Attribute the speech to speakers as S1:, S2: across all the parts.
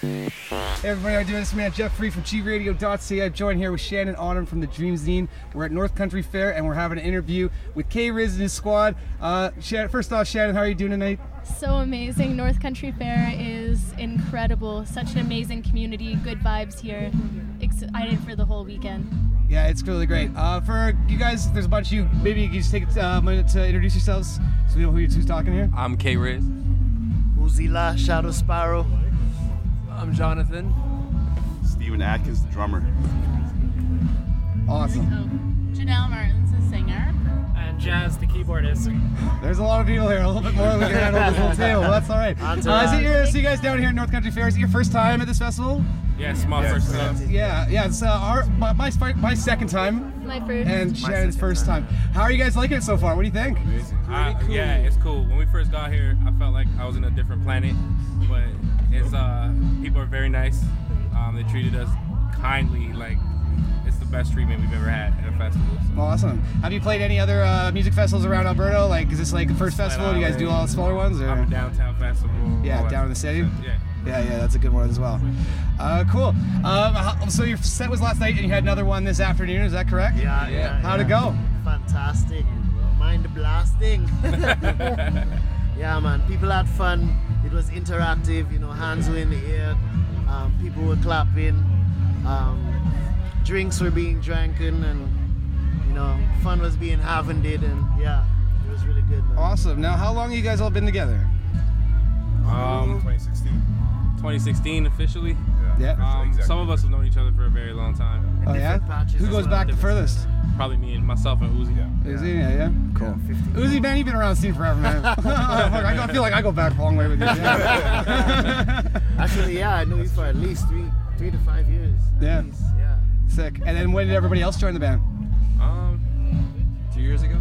S1: Hey everybody, how you doing? This is man Jeffrey from GRadio.ca. I'm joined here with Shannon Autumn from the Dream Zine. We're at North Country Fair and we're having an interview with K Riz and his squad. Uh, Shannon, first off, Shannon, how are you doing tonight?
S2: So amazing. North Country Fair is incredible. Such an amazing community. Good vibes here. Excited for the whole weekend.
S1: Yeah, it's really great. Uh, for you guys, there's a bunch of you. Maybe you can just take uh, a minute to introduce yourselves so we know who you two's talking here.
S3: I'm K Riz.
S4: Uzila, Shadow Spiral.
S5: I'm Jonathan.
S6: Steven Atkins, the drummer.
S1: Awesome.
S7: Janelle Martin's a singer.
S8: and Jazz, the keyboardist.
S1: There's a lot of people here. A little bit more than we can handle this whole table. Well, that's all right. Uh, is it your, so you guys down here at North Country Fair? Is it your first time at this festival?
S5: Yes, my first time.
S1: Yeah, yeah. It's uh, our my, my my second time.
S2: My first.
S1: and Shannon's first time. How are you guys liking it so far? What do you think?
S5: Uh, Yeah, it's cool. When we first got here, I felt like I was in a different planet, but it's uh, people are very nice. Um, they treated us kindly. Like it's the best treatment we've ever had at a festival. So.
S1: Awesome. Have you played any other uh, music festivals around Alberta? Like, is this like the first festival? Do you guys do all the smaller ones? Or?
S5: I'm a downtown festival.
S1: Yeah,
S5: Well,
S1: down in the city?
S5: Yeah.
S1: Yeah, yeah, that's a good one as well. Uh, cool. Um, how- so your set was last night, and you had another one this afternoon. Is that correct?
S4: Yeah, yeah.
S1: How'd it
S4: yeah.
S1: go?
S4: Fantastic. Mind blasting. yeah, man. People had fun. It was interactive. You know, hands were in the air. Um, people were clapping. Um, drinks were being dranken, and you know, fun was being havended. And yeah, it was really good. Man.
S1: Awesome. Now, how long have you guys all been together?
S5: Um,
S6: 2016.
S5: 2016 officially.
S1: Yeah.
S5: Um,
S6: Exactly.
S5: Some of us have known each other for a very long time.
S1: Oh
S4: Different
S1: yeah.
S4: batches
S1: Who
S4: as
S1: goes
S4: well.
S1: back the furthest?
S5: Probably me and myself and Uzi. Yeah.
S1: Uzi, yeah, yeah. Cool.
S4: Yeah, 50.
S1: Uzi, man, you've been around the scene forever, man. Fuck, I go- I feel like I go back a long way with you. Yeah.
S4: Actually, yeah, I know you for at least three, three to five years. at
S1: Yeah.
S4: least, yeah.
S1: Sick. And then when did everybody else join the band?
S5: Um,
S3: Two years ago?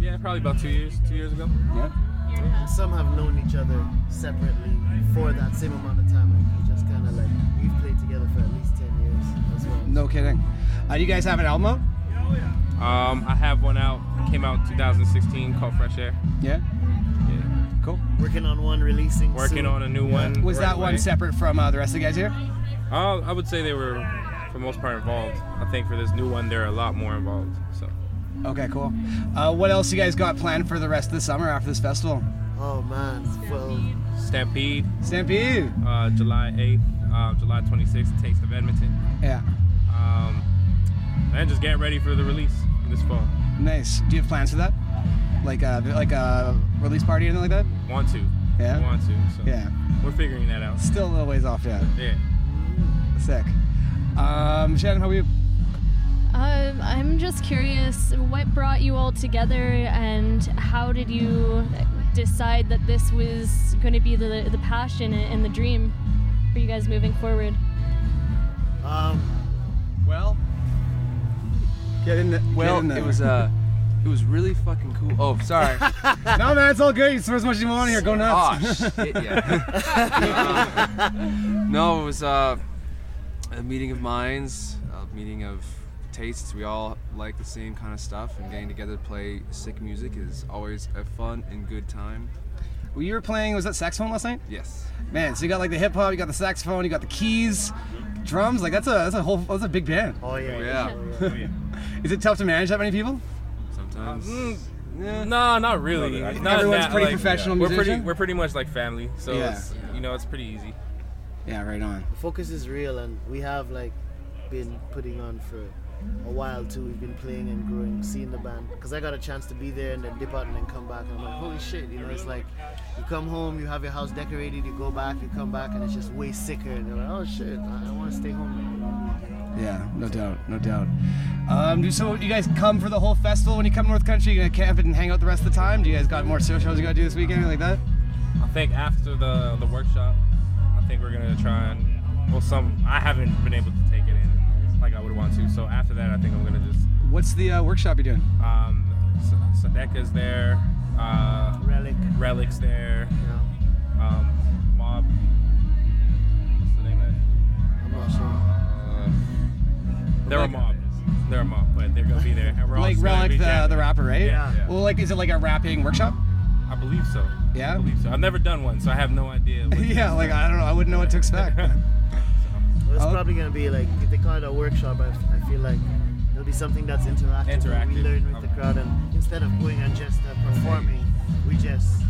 S5: yeah, probably about two years, two years ago.
S1: Yeah.
S4: And some have known each other separately for that same amount of time. Like, we just kind of like we've played together for at least ten years as well.
S1: No kidding. Uh, you guys have an album? out?
S5: Um, I have one out. Came out 2016 called Fresh Air.
S1: Yeah.
S5: Yeah.
S1: Cool.
S4: Working on one, releasing.
S5: working
S4: soon.
S5: on a new one.
S1: Was
S5: right
S1: that one
S5: away.
S1: separate from uh, the rest of the guys here?
S5: Uh, I would say they were, for the most part, involved. I think for this new one, they're a lot more involved. So
S1: Okay, cool. Uh, what else you guys got planned for the rest of the summer after this festival?
S4: Oh man, well,
S5: Stampede,
S1: Stampede.
S5: uh, July 8th, uh, July 26th, Taste of Edmonton,
S1: Yeah.
S5: um, and just getting ready for the release this fall.
S1: Nice. Do you have plans for that? Like a like a release party or anything like that?
S5: Want to?
S1: Yeah?
S5: Want to? So
S1: Yeah.
S5: We're figuring that out.
S1: Still a little ways off. Yeah.
S5: Yeah.
S1: Sick. Um, Shannon, how are you?
S2: Um, I'm just curious what brought you all together and how did you decide that this was going to be the, the passion and the dream for you guys moving forward?
S4: um,
S1: Well. Get in. The, get in
S3: Well,
S1: there.
S3: it was uh, it was really fucking cool. Oh, sorry.
S1: No man, it's all good. You can swear as much as you want here. Go
S3: oh
S1: nuts.
S3: shit, yeah. no, it was uh, a meeting of minds, a meeting of tastes. We all like the same kind of stuff, and getting together to play sick music is always a fun and good time.
S1: Well, you were playing. Was that saxophone last night?
S3: Yes.
S1: Man, so you got like the hip hop, you got the saxophone, you got the keys, drums. Like that's a that's a whole that's a big band.
S4: oh yeah.
S3: Yeah.
S1: Is it tough to manage that many people?
S3: Sometimes.
S5: Mm, No, not really. Not in
S1: Everyone's
S5: that,
S1: pretty
S5: like,
S1: professional
S5: We're pretty,
S1: musician?
S5: we're pretty much like family. So
S1: Yeah.
S5: it's, you know, it's pretty easy.
S1: Yeah, right on.
S4: The focus is real, and we have like been putting on for a while too. We've been playing and growing, seeing the band. Cause I got a chance to be there and then dip out and then come back, and I'm like, holy shit! You know, it's like you come home, you have your house decorated, you go back, you come back, and it's just way sicker. And you're like, oh shit, I, I want to stay home.
S1: Yeah, no doubt, no doubt. Um, do so you guys come for the whole festival when you come to North Country? You gonna camp and hang out the rest of the time? Do you guys got more shows you gotta do this weekend, anything like that?
S5: I think after the the workshop, I think we're gonna try and well, some I haven't been able to take it in like I would want to. So after that, I think I'm gonna just
S1: What's the uh, workshop you're doing?
S5: um, S- Sadeka's there, uh,
S4: Relic.
S5: Relics there,
S4: You know,
S5: um, Mob. What's the name of it?
S4: I'm not sure.
S5: Uh, they're a mob. They're a mob, but they're gonna be there. And we're all
S1: Like
S5: just gonna
S1: Relic, uh,
S5: be
S1: the,
S5: jamming.
S1: the rapper, right?
S5: Yeah.
S1: Well, like, is it like a rapping workshop?
S5: I believe so. I
S1: Yeah.
S5: believe so. I've never done one, so I have no idea. What
S1: Yeah, like I don't know. I wouldn't know what to expect.
S4: Well, it's
S1: I'll-
S4: probably gonna be like if they call it a workshop. I, I feel like it'll be something that's interactive. where We
S5: Interactive.
S4: learn with the crowd, and instead of going and just uh, performing, we just,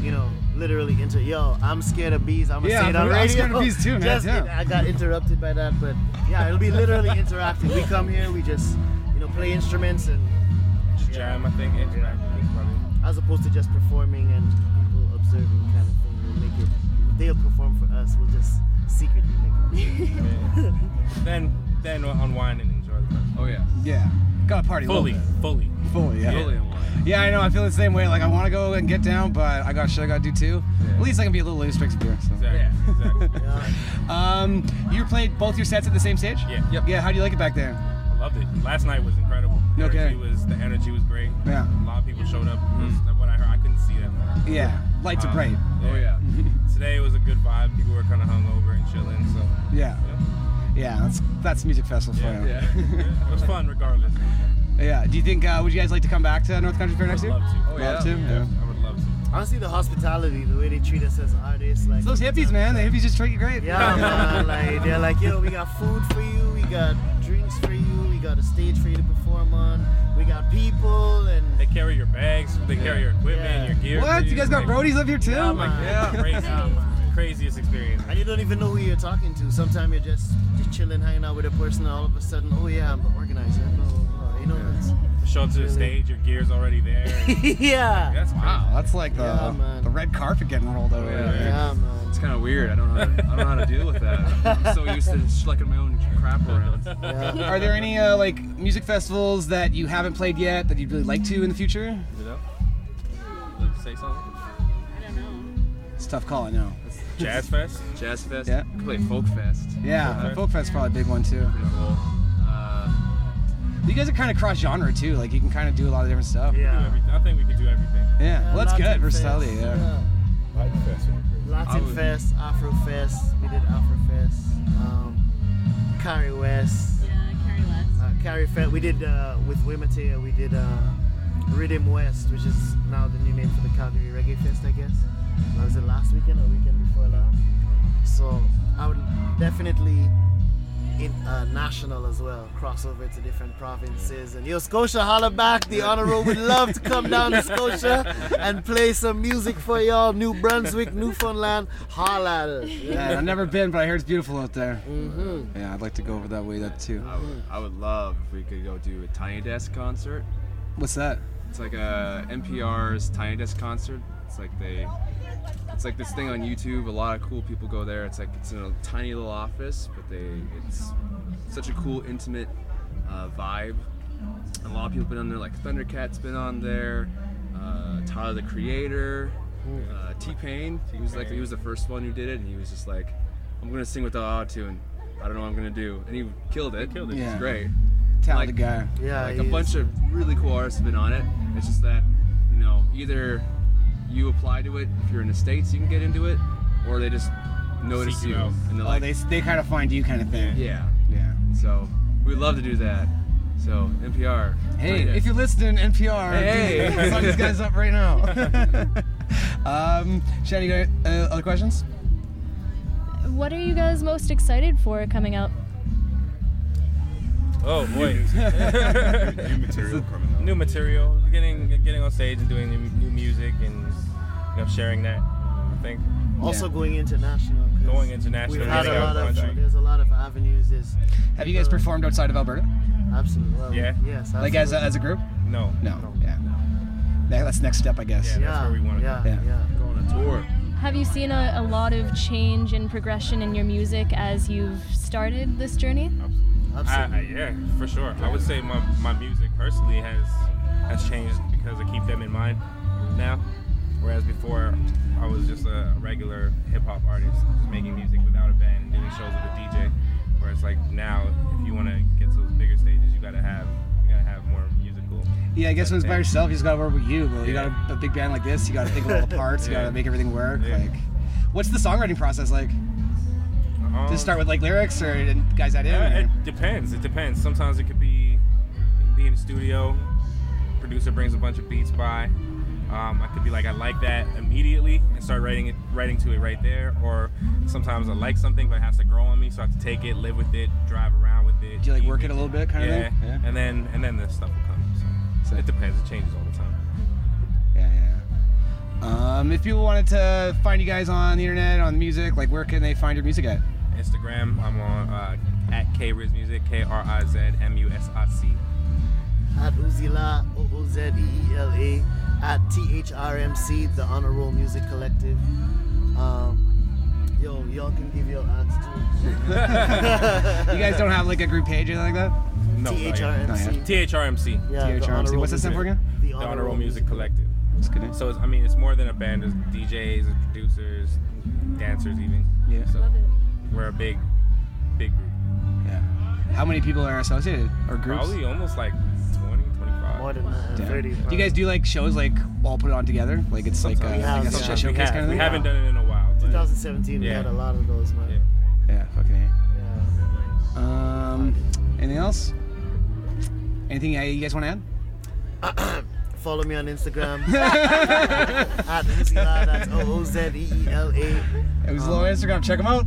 S4: you know, literally inter. Yo, I'm scared of bees. I'm gonna
S1: Yeah,
S4: say it on
S1: I'm- I'm
S4: radio.
S1: scared of bees too, man,
S4: Just-
S1: yeah.
S4: I got interrupted by that, but yeah, it'll be literally interactive. We come here, we just, you know, play instruments and
S5: Just jam, I think. Interactive is probably.
S4: as opposed to just performing and people observing kind of thing. We'll make it. They'll perform for us. We'll just secretly make it.
S5: Then, then unwind and enjoy the festival.
S3: Oh yeah.
S1: Yeah. Got a party. a little
S5: Fully,
S1: bit.
S5: fully.
S1: Fully. Yeah.
S3: Totally unwind.
S1: Yeah, I know. I feel the same way. Like I want to go and get down, but I got shit I got to do too. At least I can be a little loose, drink some beer. So.
S5: Exactly. Exactly.
S4: Yeah.
S1: Um, you played both your sets at the same stage?
S5: Yeah.
S3: Yep.
S1: Yeah. How do you like it back there?
S5: I loved it. Last night was incredible. The
S1: Okay.
S5: energy was the energy was great.
S1: Yeah.
S5: A lot of people showed up. It was- What I heard, I couldn't see that. much.
S1: Yeah. Lights are
S5: Um,
S1: bright.
S3: Oh yeah.
S5: Today was a good vibe. People were kind of hungover and chilling, so
S1: Yeah.
S5: yeah.
S1: Yeah. That's that's music festival for you.
S3: Yeah.
S5: Yeah, it was fun regardless.
S1: Yeah. Do you think uh, would you guys like to come back to North Country Fair
S5: I
S1: next
S5: would
S1: year?
S5: love to.
S3: Oh,
S1: Love
S3: yeah.
S1: to? Yeah.
S5: I would love to.
S4: Honestly, the hospitality, the way they treat us as artists, like
S1: It's those hippies, man. The hippies just treat you great.
S4: Yeah, man. Like they're like, yo, we got food for you, we got drinks for you, we got a stage for you to perform on, we got people, and
S5: They carry your bags. They carry your equipment,
S4: Yeah.
S5: your gear.
S1: What?
S5: for
S1: You guys got
S5: Like,
S1: roadies up here too?
S5: I'm like,
S4: Yeah.
S5: yeah, crazy, craziest experience.
S4: and you don't even know who you're talking to. Sometimes you're just just chilling, hanging out with a person, and all of a sudden, oh yeah, I'm the organizer. Blah, blah, blah. You know,
S5: Show up to the stage, your gear's already there. and-
S4: it's, yeah,
S5: That's crazy.
S1: Wow, that's like the,
S4: Yeah, man.
S1: the red carpet getting rolled over.
S3: Yeah.
S1: there.
S4: yeah, man.
S3: It's kind of weird. I don't know. How to, I don't know how to deal with that. I'm so used to schlecking my own crap around.
S4: Yeah.
S1: Are there any uh, like music festivals that you haven't played yet that you'd really like to in the future?
S5: You know? Like, Say something.
S7: I don't know.
S1: It's a tough call, I know.
S5: Jazz fest.
S3: Jazz fest.
S1: Yeah.
S3: We could play folk fest.
S1: Yeah, Folk Fest's probably a big one too.
S3: Pretty cool. Uh,
S1: You guys are kind of cross genre too. Like you can kind of do a lot of different stuff.
S5: Do
S4: yeah.
S5: everything. I think we could do everything.
S1: Yeah, well, that's good.
S4: Latin
S1: Versatility.
S4: Fest,
S1: Yeah.
S4: Latin
S3: I would-
S4: Fest, Afro Fest. We did Afro Fest. Um, Kanye West.
S7: Yeah, Carrie West.
S4: uh, Carrie Fett. We did uh, with Wimatea. We did uh, Rhythm West, which is now the new name for the Calgary Reggae Fest, I guess. That was it last weekend or weekend before last. So I would definitely in uh, national as well, cross over to different provinces. And yo, Scotia, holla back. The honorable would love to come down to Scotia and play some music for y'all. New Brunswick, Newfoundland, holla at us.
S1: Yeah, I've never been, but I hear it's beautiful out there.
S4: hmm
S1: Yeah, I'd like to go over that way that too.
S3: I would, I would love if we could go do a Tiny Desk concert.
S1: What's that?
S3: It's like a NPR's Tiny Desk concert. It's like they, it's like this thing on YouTube. A lot of cool people go there. It's like it's in a tiny little office, but they, it's such a cool intimate uh, vibe. A lot of people been on there. Like Thundercat's been on there. Uh, Tyler the Creator, uh, T Pain. He was like he was the first one who did it, and he was just like, I'm gonna sing with the auto tune. I don't know what I'm gonna do, and he killed it.
S5: killed it.
S3: It's
S1: Yeah.
S3: great.
S1: Talented
S3: Like-
S1: guy.
S4: Yeah,
S3: Like
S4: he
S3: a
S4: is.
S3: bunch of really cool artists have been on it. It's just that, you know, either you apply to it if you're in the States, you can get into it, or they just notice
S5: Seek you
S3: you.
S5: out.
S3: And they're
S1: Oh,
S3: like,
S1: they they kind of find you kind of thing.
S3: yeah.
S1: Yeah.
S3: So we'd love to do that. So, NPR.
S1: Hey,
S3: Tiny
S1: if
S3: Desk.
S1: you're listening, NPR,
S3: Hey.
S1: dude, sign these guys up right now. um, Shannon, you got uh, other questions?
S2: What are you guys most excited for coming up?
S5: Oh boy.
S6: New material coming out.
S5: new material, getting getting on stage and doing new, new music and you know sharing that. I think
S4: Also going international. 'cause
S5: Going international,
S4: We've had
S5: getting
S4: a
S5: out
S4: lot
S5: of
S4: of.
S5: country.
S4: There's a lot of avenues. There's
S1: Have you guys performed outside of Alberta?
S4: absolutely. Well,
S5: Yeah.
S4: Yes. Absolutely.
S1: Like as a, as a group?
S5: no,
S1: No. Yeah. Yeah, That's next step, I guess.
S5: Yeah.
S4: Yeah.
S5: that's where we wanna go.
S4: yeah,
S1: Yeah.
S4: yeah.
S3: Go on a tour.
S2: Have you seen a, a lot of change and progression in your music as you've started this journey?
S5: I, I,
S4: Absolutely.
S5: Uh, yeah, for sure. I would say my, my music personally has has changed because I keep them in mind now, whereas before I was just a regular hip hop artist, just making music without a band and doing shows with a DJ. Whereas like now, if you want to get to those bigger stages, you gotta have you gotta have more musical.
S1: Yeah, I guess when it's by yourself, you just gotta work with you. But you
S5: Yeah.
S1: got a, a big band like this, you gotta think of all the parts, you
S5: Yeah.
S1: gotta make everything work.
S5: Yeah.
S1: Like, what's the songwriting process like?
S5: Um,
S1: Just start with like lyrics, or and guys that in?
S5: Yeah,
S1: or-
S5: it depends. It depends. Sometimes it could be it could be in the studio. Producer brings a bunch of beats by. Um, I could be like, I like that immediately and start writing it, writing to it right there. Or sometimes I like something, but it has to grow on me, so I have to take it, live with it, drive around with it.
S1: Do you like
S5: eat
S1: work
S5: with
S1: it a little bit, kind
S5: yeah.
S1: of thing? Yeah.
S5: and then and then the stuff will come. So,
S1: So-
S5: it depends. It changes all the time.
S1: Yeah, yeah. Um, if people wanted to find you guys on the internet, on music, like where can they find your music at?
S5: Instagram, I'm on uh, at Kriz Music, K R I Z M U S I C.
S4: at Uzila, O O Z E E L A, at THRMC, the Honor Roll Music Collective. Um, yo, y'all can give your ads too.
S1: You guys don't have like a group page or anything like that?
S5: No,
S1: Not
S4: THRMC.
S5: T H R M C.
S4: Yeah, the Honor
S1: THRMC.
S4: Roll
S1: What's that stand for again?
S4: The
S5: The Honor Roll Music Collective.
S1: Just kidding.
S5: So it's, I mean, it's more than a band. There's DJs, there's producers, dancers, even.
S1: Yeah.
S5: So
S2: Love it.
S5: we're a big, big group.
S1: Yeah. How many people are associated or groups?
S5: Probably almost like 20, 25.
S4: More than uh, that,
S1: Damn.
S4: 30.
S1: Do you guys do like shows like all put it on together? Like it's like
S4: Sometimes.
S1: a,
S4: Yeah,
S1: like a
S4: sometimes
S5: we,
S1: showcase
S5: have,
S1: kind of
S5: we
S1: thing?
S5: haven't done it in a while. But
S4: 2017, we
S5: Yeah.
S4: had a lot of those,
S5: yeah.
S4: man.
S1: Yeah, fucking A.
S4: Yeah.
S1: Um, anything else? Anything uh, you guys want to add?
S4: Follow me on Instagram at Uzila, that's O O Z E E L A. Um,
S1: It was low on Instagram. Check them out.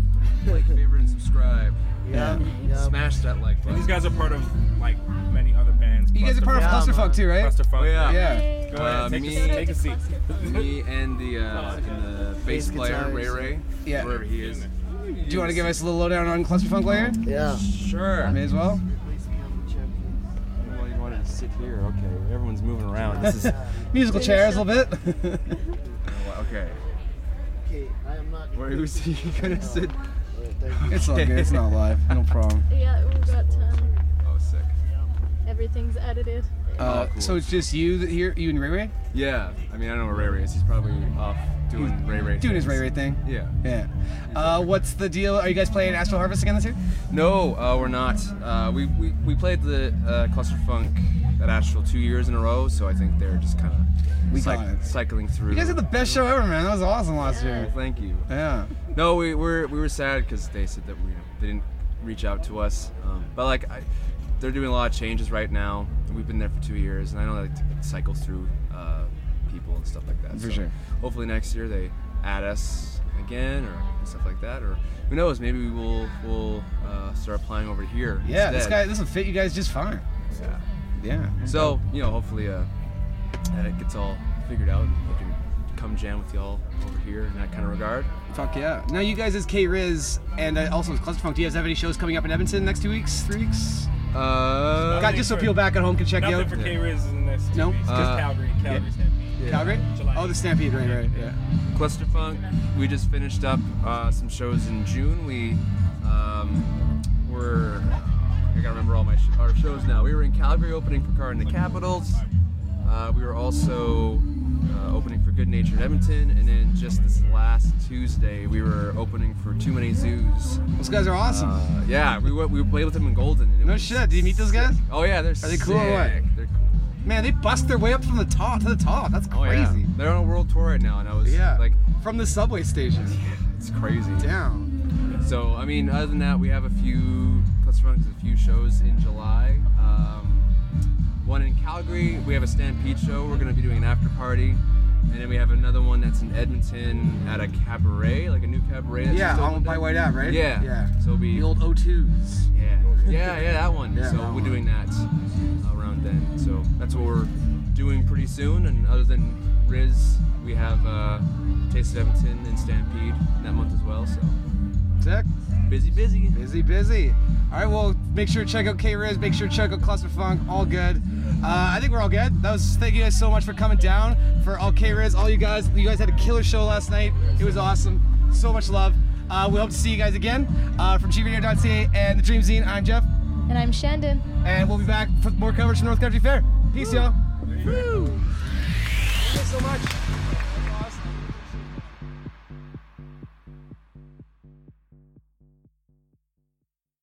S3: Like, favorite, and subscribe.
S4: Yeah, yeah.
S3: Smash that like
S5: And
S3: button.
S5: these guys are part of like many other bands.
S1: You guys are part of
S4: Yeah,
S1: Clusterfuck
S4: man.
S1: too, right?
S5: Clusterfuck.
S3: Oh, yeah.
S1: Yeah.
S5: Go ahead,
S3: Uh,
S5: take,
S3: me-
S5: a, seat, take a seat.
S3: Me and the, uh, and the bass
S4: Bass
S3: player, Ray
S4: guitarist.
S3: Ray,
S1: Yeah.
S3: wherever he is.
S1: Do you want to give us a little lowdown on Clusterfuck later?
S4: Yeah.
S3: Sure.
S1: May as well.
S4: Place me on the chair, please.
S3: Well, you wanted to sit here. Okay, everyone's moving around. This is
S1: Musical chairs a little bit.
S3: okay.
S4: Okay, I am not.
S3: Where who's he gonna sit?
S4: Alright, thank you.
S1: it's all good. It's not live. No problem.
S2: Yeah, we got um,
S3: Oh, sick.
S2: everything's edited.
S1: Uh,
S3: cool.
S1: So it's just you that here, you and Ray Ray,
S3: Yeah, I mean I don't know where Ray Ray is. He's probably off doing Ray Ray.
S1: doing his
S3: things.
S1: Ray Ray thing.
S3: Yeah.
S1: Yeah. Uh, what's the deal? Are you guys playing Astral Harvest again this year?
S3: No, uh, we're not. Uh, we, we we played the uh, Cluster Funk at Astral two years in a row, so I think they're just kind of
S1: We got it.
S3: cycling through.
S1: You guys had the best show ever, man. That was awesome last
S3: Well,
S1: year.
S3: thank you.
S1: Yeah.
S3: No, we were we were sad because they said that we they didn't reach out to us. Um, but like, I, they're doing a lot of changes right now. We've been there for two years, and I know that it cycles through uh, people and stuff like that.
S1: For sure.
S3: Hopefully next year they add us again or stuff like that, or who knows? Maybe we will will uh, start applying over here.
S1: Yeah. This guy,
S3: instead.
S1: this will fit you guys just fine.
S3: Yeah.
S1: Yeah.
S3: So you know, hopefully uh, that it gets all figured out, and we can come jam with y'all over here in that kind of regard.
S1: Fuck yeah. Now you guys as K Riz and uh, also as Clusterfunk, do you guys have any shows coming up in Evanston next two weeks, three weeks?
S3: Uh,
S1: God, just so people back at home can check you
S5: Nothing
S1: out.
S5: for K Riz in the next two
S1: No?
S5: weeks. Just
S3: Uh,
S5: Calgary. Calgary's happy.
S3: yeah.
S1: Calgary?
S5: July.
S1: Oh, the Stampede, right, right, yeah.
S3: Clusterfunk. We just finished up uh, some shows in June. We um, were I gotta remember all my sh- our shows now. We were in Calgary opening for Car in the Capitals. Uh, we were also uh, opening for Good Natured Edmonton, and then just this last Tuesday we were opening for Too Many Zoos.
S1: Those guys are awesome.
S3: Uh, yeah, we went, we played with them in Golden. And it
S1: no
S3: was
S1: shit. Do you meet those guys?
S3: Oh yeah, they're
S1: Are they cool or what?
S3: They're cool.
S1: Man, they bust their way up from the top to the top. That's
S3: Oh, yeah.
S1: crazy.
S3: They're on a world tour right now, and I was like,
S1: from the subway station
S3: it's crazy.
S1: down.
S3: So I mean, other than that, we have a few plus or minus a few shows in July. Um, one in Calgary. We have a Stampede show. We're going to be doing an after party, and then we have another one that's in Edmonton at a cabaret, like a new cabaret. That's
S1: Yeah,
S3: just
S1: on
S3: opened
S1: by
S3: up.
S1: White Ave, right?
S3: Yeah.
S1: Yeah.
S3: So we'll be
S1: The old O2s.
S3: yeah, yeah, yeah, that one.
S1: Yeah,
S3: so
S1: that
S3: we're
S1: one.
S3: doing that around then. So that's what we're doing pretty soon. And other than Riz, we have uh, Taste of Edmonton and Stampede that month as well. So
S1: Sick.
S3: busy, busy.
S1: Busy, busy. All right, well, make sure to check out K Riz. Make sure to check out Cluster Funk. All good. Uh, I think we're all good. That was thank you guys so much for coming down for all K Riz, all you guys. You guys had a killer show last night. It was awesome. So much love. Uh, we hope to see you guys again uh, from GRadio.ca and the Dream Zine. I'm Jeff,
S2: And I'm Shandon.
S1: and we'll be back for more coverage from North Country Fair. Peace, y'all.